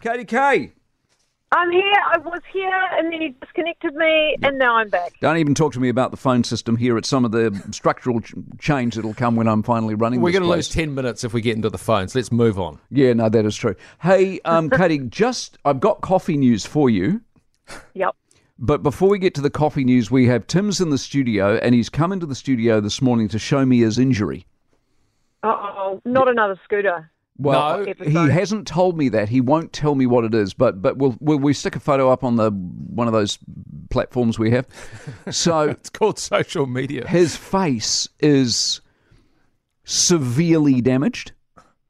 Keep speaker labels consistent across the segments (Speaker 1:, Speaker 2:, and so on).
Speaker 1: Katie K.
Speaker 2: I'm here. I was here, and then he disconnected me, and now I'm back.
Speaker 1: Don't even talk to me about the phone system here. It's some of the structural ch- change that'll come when I'm finally running.
Speaker 3: We're
Speaker 1: this
Speaker 3: going to lose
Speaker 1: place.
Speaker 3: 10 minutes if we get into the phones. Let's move on.
Speaker 1: Yeah, no, that is true. Hey, um, Katie, just I've got coffee news for you.
Speaker 2: Yep.
Speaker 1: But before we get to the coffee news, we have Tim's in the studio, and he's come into the studio this morning to show me his injury.
Speaker 2: Oh, not another scooter.
Speaker 1: Well,
Speaker 3: No.
Speaker 1: he hasn't told me that. He won't tell me what it is, but but we'll, we'll we stick a photo up on the one of those platforms we have. So
Speaker 3: It's called social media.
Speaker 1: his face is severely damaged.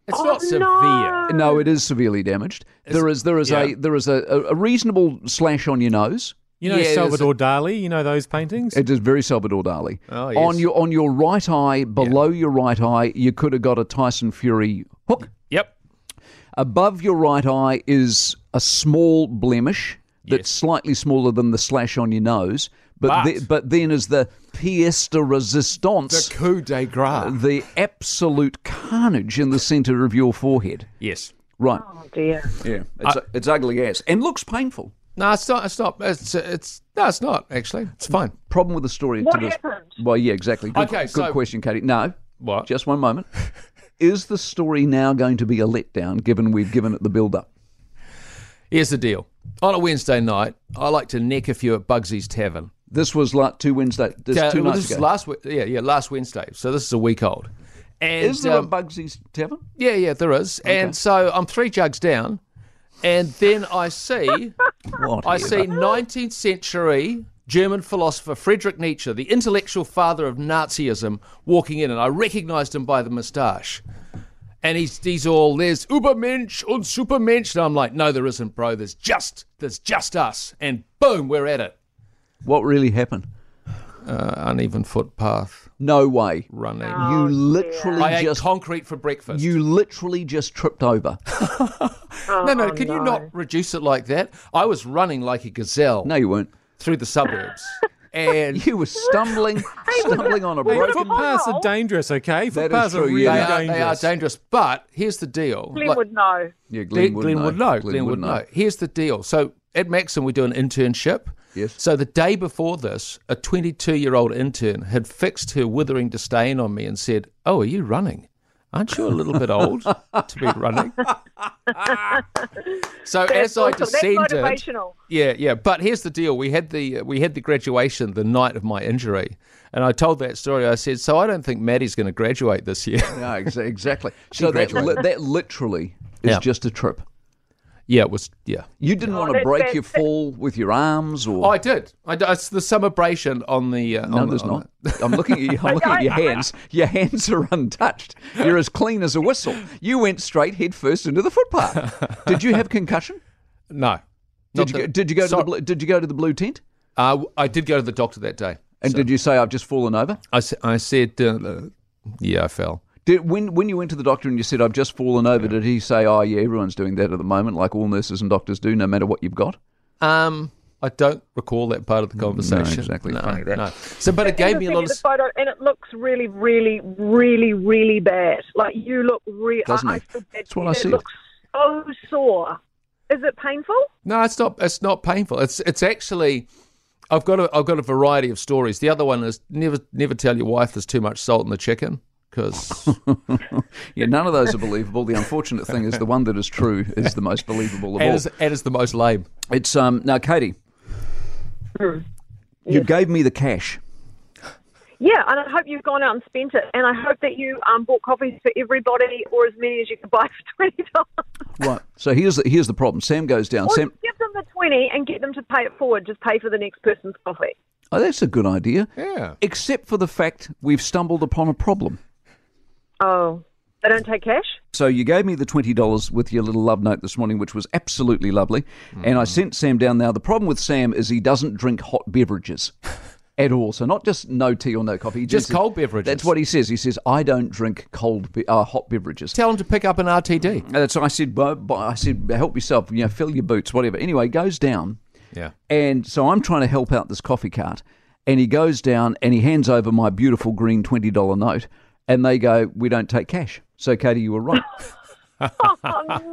Speaker 3: It's not severe.
Speaker 2: Oh, no.
Speaker 1: No, it is severely damaged. there is there is a
Speaker 3: yeah.
Speaker 1: there is a, a, a reasonable slash on your nose.
Speaker 4: You know
Speaker 3: Yeah,
Speaker 4: Salvador Dali, you know those paintings?
Speaker 1: It is very Salvador Dali.
Speaker 3: Oh, yes.
Speaker 1: On your on your right eye, below your right eye, you could have got a Tyson Fury hook.
Speaker 3: Yep.
Speaker 1: Above your right eye is a small blemish that's slightly smaller than the slash on your nose, but
Speaker 3: But-
Speaker 1: the- but then is the pièce de
Speaker 3: The
Speaker 1: résistance,
Speaker 3: coup de grace.
Speaker 1: the absolute carnage in the centre of your forehead.
Speaker 3: Yes.
Speaker 1: Right.
Speaker 2: Oh dear.
Speaker 1: Yeah. It's,
Speaker 3: Uh,
Speaker 1: it's ugly ass and looks painful.
Speaker 3: No, it's not. It's not. It's, it's no, it's not actually. It's fine.
Speaker 1: Problem with the story.
Speaker 2: What
Speaker 1: to this-
Speaker 2: happened?
Speaker 1: Well, yeah, exactly. Good,
Speaker 3: Okay,
Speaker 1: good
Speaker 3: so-
Speaker 1: question, Katie. No.
Speaker 3: What?
Speaker 1: Just one moment. Is the story now going to be a letdown given we've given it the build up?
Speaker 3: Here's the deal. On a Wednesday night, I like to neck a few at Bugsy's Tavern.
Speaker 1: This was like two Wednesday, this
Speaker 3: Uh,
Speaker 1: two
Speaker 3: well,
Speaker 1: nights
Speaker 3: this is
Speaker 1: ago.
Speaker 3: last. we- Yeah, yeah, last Wednesday. So this is a week old. And
Speaker 1: is there
Speaker 3: um,
Speaker 1: a Bugsy's Tavern?
Speaker 3: Yeah, yeah, there is. And so I'm three jugs down, and then I see,
Speaker 1: What?
Speaker 3: I see 19th century German philosopher Friedrich Nietzsche, the intellectual father of Nazism, walking in, and I recognised him by the moustache. And he's he's all there's Ubermensch und Supermensch, and I'm like, no, there isn't, bro. There's just there's just us, and boom, we're at it.
Speaker 1: What really happened?
Speaker 3: Uh, uneven footpath,
Speaker 1: No way.
Speaker 3: running.
Speaker 2: Oh,
Speaker 1: you literally
Speaker 3: I ate
Speaker 1: Uh, just
Speaker 3: concrete for breakfast.
Speaker 1: you literally just tripped over.
Speaker 3: No,
Speaker 1: Oh,
Speaker 3: no, can you not reduce it like that? I was running like a gazelle
Speaker 1: No, you weren't.
Speaker 3: through the suburbs. And
Speaker 1: You were stumbling, stumbling on a broken.
Speaker 4: Footpaths
Speaker 2: Wow.
Speaker 4: are dangerous, okay?
Speaker 1: is
Speaker 4: Footpaths are
Speaker 1: true,
Speaker 4: really
Speaker 3: they,
Speaker 1: yeah.
Speaker 3: are, they are
Speaker 4: dangerous.
Speaker 3: dangerous. But here's the deal.
Speaker 2: Glenn
Speaker 3: Like-
Speaker 2: would know.
Speaker 1: Yeah,
Speaker 3: Glenn,
Speaker 1: Glenn, would
Speaker 3: Glenn would know. Glenn,
Speaker 1: Glenn
Speaker 3: would know. Here's the deal. So at Maxim, we do an internship.
Speaker 1: Yes.
Speaker 3: So the day before this, a 22 year old intern had fixed her withering disdain on me and said, Oh, are you running? Aren't you a little bit old to be running? so
Speaker 2: That's
Speaker 3: as I
Speaker 2: awesome. That's
Speaker 3: descended,
Speaker 2: motivational.
Speaker 3: Yeah, yeah. But here's the deal: we had the uh, we had the graduation the night of my injury, and I told that story. I said, "So I don't think Maddie's going to graduate this year."
Speaker 1: No, ex- exactly. so that, li-
Speaker 3: graduated.
Speaker 1: that literally is
Speaker 3: Yeah.
Speaker 1: just a trip.
Speaker 3: yeah, it was. Yeah,
Speaker 1: You didn't want to
Speaker 2: that's-
Speaker 1: break
Speaker 2: that's-
Speaker 1: your fall with your arms, or
Speaker 3: oh, I did. I did. It's the celebration on the. Uh,
Speaker 1: no,
Speaker 3: on the-
Speaker 1: there's
Speaker 3: on
Speaker 1: not. I'm looking at you. I'm looking at your hands. Your hands are untouched. You're as clean as a whistle. You went straight head first into the footpath. Did you have concussion?
Speaker 3: the- no. Not
Speaker 1: Did you, go,
Speaker 3: the-
Speaker 1: did you go to the
Speaker 3: Sorry.
Speaker 1: blue, did you go to the blue tent?
Speaker 3: Uh, I did go to the doctor that day.
Speaker 1: And did you say I've just fallen over?
Speaker 3: I, s- I said, uh, uh, "Yeah, I fell."
Speaker 1: Did, when when you went to the doctor and you said I've just fallen over, did he say, "Oh yeah, everyone's doing that at the moment, like all nurses and doctors do, no matter what you've got"?
Speaker 3: Um, I don't recall that part of the conversation.
Speaker 1: exactly.
Speaker 3: No,
Speaker 1: Funny that.
Speaker 3: no. So, but it
Speaker 2: He
Speaker 3: gave
Speaker 2: just
Speaker 3: me a
Speaker 2: sent
Speaker 3: lot of.
Speaker 2: the photo, and it looks really, really, really, really bad. Like you look really.
Speaker 1: Doesn't
Speaker 2: I, I
Speaker 1: it?
Speaker 2: feel bad
Speaker 1: That's
Speaker 2: for
Speaker 1: what
Speaker 2: you.
Speaker 1: I
Speaker 2: it
Speaker 1: said.
Speaker 2: looks so sore. Is it painful?
Speaker 3: No, it's not. It's not painful. It's it's actually. I've got a I've got a variety of stories. The other one is never never tell your wife there's too much salt in the chicken because
Speaker 1: Yeah, none of those are believable. The unfortunate thing is the one that is true is the most believable of
Speaker 3: and
Speaker 1: all.
Speaker 3: is and is the most lame.
Speaker 1: It's um now, Katie, you gave me the cash.
Speaker 2: Yeah, and I hope you've gone out and spent it, and I hope that you um, bought coffees for everybody or as many as you could buy for twenty dollars.
Speaker 1: Right. So here's the, here's the problem. Sam goes down.
Speaker 2: Or
Speaker 1: Sam,
Speaker 2: just give them the twenty and get them to pay it forward. Just pay for the next person's coffee.
Speaker 1: oh, that's a good idea.
Speaker 3: Yeah.
Speaker 1: Except for the fact we've stumbled upon a problem.
Speaker 2: Oh, they don't take cash.
Speaker 1: So you gave me the twenty dollars with your little love note this morning, which was absolutely lovely. And
Speaker 3: Mm.
Speaker 1: I sent Sam down. Now the problem with Sam is he doesn't drink hot beverages at all. So not just no tea or no coffee, he
Speaker 3: Just cold beverages.
Speaker 1: That's what he says. He says I don't drink cold be- uh, hot beverages.
Speaker 3: Tell him to pick up an RTD.
Speaker 1: And that's I said. "Bu- bu- I said help yourself. You know, fill your boots, whatever. Anyway, goes down.
Speaker 3: Yeah.
Speaker 1: And so I'm trying to help out this coffee cart. And he goes down and he hands over my beautiful green $20 note. And they go, We don't take cash. So, Katie, you were right.
Speaker 2: Oh,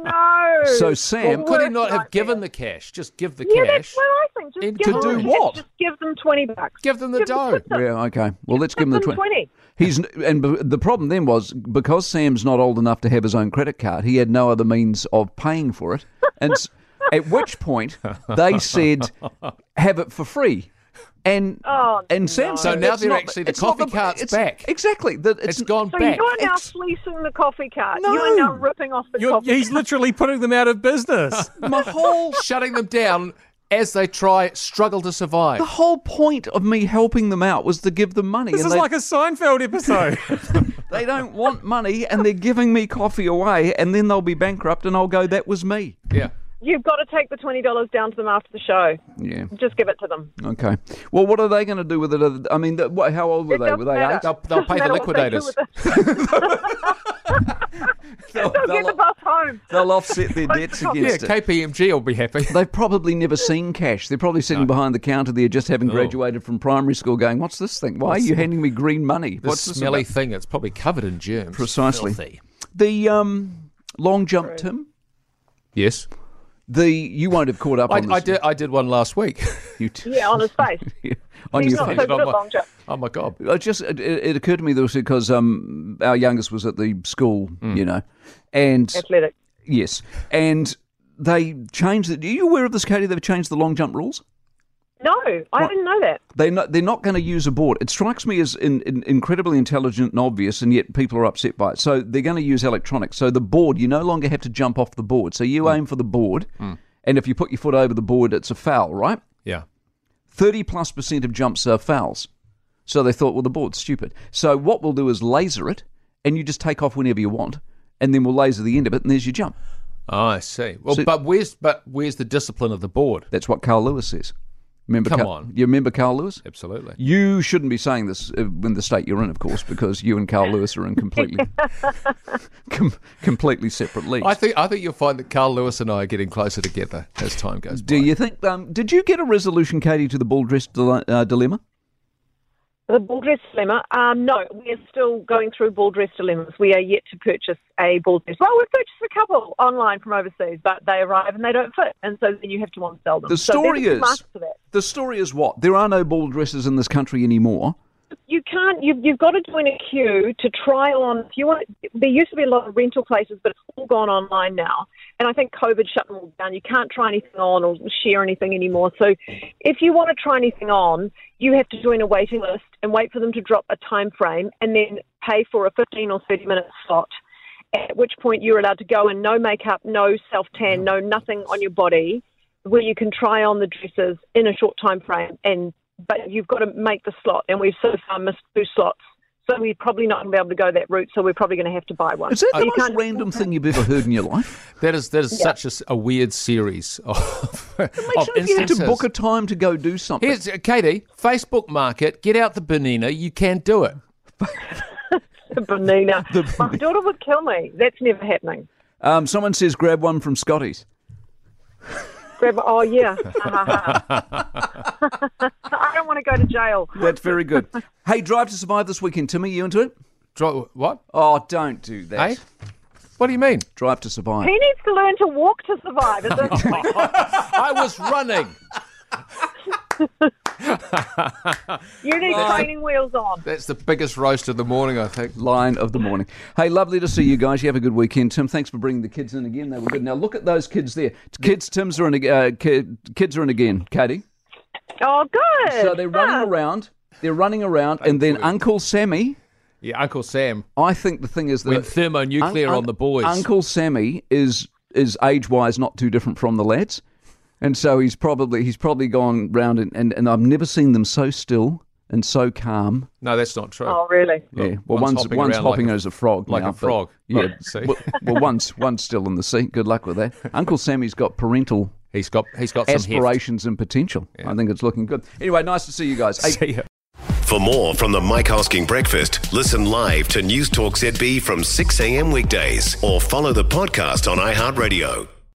Speaker 2: no.
Speaker 1: So, Sam-
Speaker 2: The
Speaker 3: Could he
Speaker 2: worst
Speaker 3: not have
Speaker 2: nightmare.
Speaker 3: given the cash? Just give the
Speaker 2: Yeah,
Speaker 3: cash.
Speaker 2: that's what I think. Just
Speaker 3: And
Speaker 2: give
Speaker 3: to
Speaker 2: them
Speaker 1: do
Speaker 2: the cash.
Speaker 1: what?
Speaker 2: Just give them 20 bucks.
Speaker 3: Give them the dough.
Speaker 2: put them-
Speaker 1: Yeah, okay. Well, let's
Speaker 2: put
Speaker 1: give him the
Speaker 2: them
Speaker 1: 20. He's and b- the problem then was because Sam's not old enough to have his own credit card, he had no other means of paying for it. And s- at which point they said, "Have it for free." And
Speaker 2: Oh,
Speaker 1: and Sam
Speaker 2: no.
Speaker 1: said,
Speaker 2: So
Speaker 3: now
Speaker 1: "It's
Speaker 3: they're
Speaker 1: not-
Speaker 3: actually- the
Speaker 1: it's not
Speaker 3: coffee cart's
Speaker 1: it's-
Speaker 3: back.
Speaker 1: Exactly. The,
Speaker 3: it's
Speaker 1: n-
Speaker 3: gone
Speaker 2: So
Speaker 3: back.
Speaker 2: you're now
Speaker 1: It's-
Speaker 2: fleecing the coffee cart.
Speaker 1: No.
Speaker 2: You are now ripping off the
Speaker 4: You're,
Speaker 2: coffee
Speaker 4: he's literally putting them out of business.
Speaker 1: My whole
Speaker 3: Shutting them down as they try struggle to survive.
Speaker 1: the whole point of me helping them out was to give them money.
Speaker 4: This
Speaker 1: and
Speaker 4: is
Speaker 1: they,
Speaker 4: like a Seinfeld episode.
Speaker 1: they don't want money, and they're giving me coffee away, and then they'll be bankrupt, and I'll go, "That was me."
Speaker 3: Yeah.
Speaker 2: You've got to take the $20 down to them after the show.
Speaker 1: Yeah.
Speaker 2: Just give it to them.
Speaker 1: Okay. Well, what are they going to do with it? I mean, the, what, how old were
Speaker 2: It
Speaker 1: they? Were
Speaker 2: doesn't
Speaker 1: they
Speaker 2: matter.
Speaker 1: eight?
Speaker 3: They'll- they'll
Speaker 2: Doesn't
Speaker 3: pay the
Speaker 2: matter what they do
Speaker 3: liquidators.
Speaker 2: with it. They'll get the bus home.
Speaker 1: They'll offset their debts
Speaker 3: Yeah,
Speaker 1: against it.
Speaker 3: KPMG will be happy.
Speaker 1: They've probably never seen cash. They're probably sitting behind the counter there, just
Speaker 3: Oh.
Speaker 1: having graduated from primary school, going, "What's this thing? Why are you handing me green money?
Speaker 3: This
Speaker 1: What's this
Speaker 3: smelly
Speaker 1: about?"
Speaker 3: thing? It's probably covered in germs.
Speaker 1: Precisely.
Speaker 3: Filthy.
Speaker 1: The um, long jump, Tim.
Speaker 3: Yes.
Speaker 1: The you won't have caught up
Speaker 3: I,
Speaker 1: on this.
Speaker 3: I did. I did one last week.
Speaker 1: You t-
Speaker 2: Yeah, on his face.
Speaker 1: on
Speaker 2: He's
Speaker 1: your
Speaker 2: not
Speaker 1: face.
Speaker 2: so good
Speaker 3: on
Speaker 2: at
Speaker 3: my-
Speaker 2: long jump.
Speaker 3: Oh my god.
Speaker 1: I just it, it occurred to me though because um, our youngest was at the school,
Speaker 3: Mm.
Speaker 1: you know, and
Speaker 2: Athletic.
Speaker 1: yes, and they changed it. Are you aware of this, Katie? They've changed the long jump rules.
Speaker 2: No, I didn't know that.
Speaker 1: They're not, they're not going to use a board. It strikes me as in, in, incredibly intelligent and obvious, and yet people are upset by it. So they're going to use electronics. So the board, you no longer have to jump off the board. So you aim for the board, and if you put your foot over the board, it's a foul, right?
Speaker 3: Yeah.
Speaker 1: 30 plus percent of jumps are fouls. So they thought, well, the board's stupid. So what we'll do is laser it, and you just take off whenever you want, and then we'll laser the end of it, and there's your jump.
Speaker 3: Oh, I see. Well,
Speaker 1: So-
Speaker 3: but where's but where's the discipline of the board?
Speaker 1: That's what Carl Lewis says. Remember
Speaker 3: Come
Speaker 1: Carl-
Speaker 3: on.
Speaker 1: You remember Carl Lewis?
Speaker 3: Absolutely.
Speaker 1: You shouldn't be saying this uh, in the state you're in, of course, because you and Carl Lewis are in completely, com- completely separate leagues.
Speaker 3: I think I think you'll find that Carl Lewis and I are getting closer together as time goes by.
Speaker 1: Do you think? Um, did you get a resolution, Katie, to the ball dress dile- uh, dilemma?
Speaker 2: The ball dress dilemma. Um, no, we are still going through ball dress dilemmas. We are yet to purchase a ball dress. Well, we've purchased a couple online from overseas, but they arrive and they don't fit, and so then you have to want to sell them.
Speaker 1: The
Speaker 2: So there's
Speaker 1: story
Speaker 2: a
Speaker 1: is-
Speaker 2: market for that.
Speaker 1: The story is what there are no ball dresses in this country anymore.
Speaker 2: you can't. You've, you've got to join a queue to try on. If you want, there used to be a lot of rental places, but it's all gone online now. And I think COVID shut them all down. You can't try anything on or share anything anymore. So, if you want to try anything on, you have to join a waiting list and wait for them to drop a time frame, and then pay for a fifteen or thirty minute slot. At which point you're allowed to go and no makeup, no self tan, no nothing on your body, where you can try on the dresses in a short time frame and but you've got to make the slot, and we've so far missed two slots. So we're probably not going to be able to go that route. So we're probably going to have to buy one.
Speaker 1: Is that
Speaker 2: So
Speaker 1: the
Speaker 2: you
Speaker 1: most
Speaker 2: can't-
Speaker 1: random thing you've ever heard in your life?
Speaker 3: That is that is such a s- a, weird series of, of
Speaker 1: Imagine if you had to
Speaker 3: instances.
Speaker 1: book a time to go do something.
Speaker 3: Here's uh, Katie. Facebook Market. Get out the banana. You can do it.
Speaker 2: The banana. My daughter would kill me. That's never happening.
Speaker 1: Um, someone says grab one from Scotty's.
Speaker 2: Grab. Oh yeah. I don't want to go to jail.
Speaker 1: That's very good. hey, Drive to Survive this weekend, Timmy. You into it?
Speaker 3: Dri- what?
Speaker 1: Oh, don't do that.
Speaker 3: Hey, what do you mean?
Speaker 1: Drive to Survive.
Speaker 2: He needs to learn to walk to survive. Is it?
Speaker 3: I was running.
Speaker 2: You need training wheels on.
Speaker 3: That's the biggest roast of the morning, I think.
Speaker 1: line of the morning. Hey, lovely to see you guys. You have a good weekend, Tim. Thanks for bringing the kids in again. They were good. Now look at those kids there. Kids, Tim's are in. ag- Uh, ki- kids are in again. Katie.
Speaker 2: Oh, good.
Speaker 1: So they're running
Speaker 2: Huh.
Speaker 1: around. They're running around, and then Uncle Sammy.
Speaker 3: Yeah, Uncle Sam
Speaker 1: I think the thing is that
Speaker 3: went thermonuclear
Speaker 1: Un- un-
Speaker 3: on the boys.
Speaker 1: Uncle Sammy is is age wise not too different from the lads, and so he's probably he's probably gone round and, and, and I've never seen them so still and so calm.
Speaker 3: no, that's not true.
Speaker 2: Oh, really?
Speaker 1: yeah, well, one's one's hopping,
Speaker 3: around like
Speaker 1: as a frog,
Speaker 3: like
Speaker 1: now,
Speaker 3: a
Speaker 1: but-
Speaker 3: frog.
Speaker 1: Yeah,
Speaker 3: Look, see?
Speaker 1: well, well, one's one's still in the sea. Good luck with that. Uncle Sammy's got parental
Speaker 3: He's got he's got some heft.
Speaker 1: aspirations and potential. I think it's looking good. Anyway, nice to see you guys. Hey,
Speaker 3: See ya.
Speaker 5: For more from the Mike Hosking Breakfast, listen live to News Talk ZB from 6 a.m. weekdays or follow the podcast on iHeartRadio.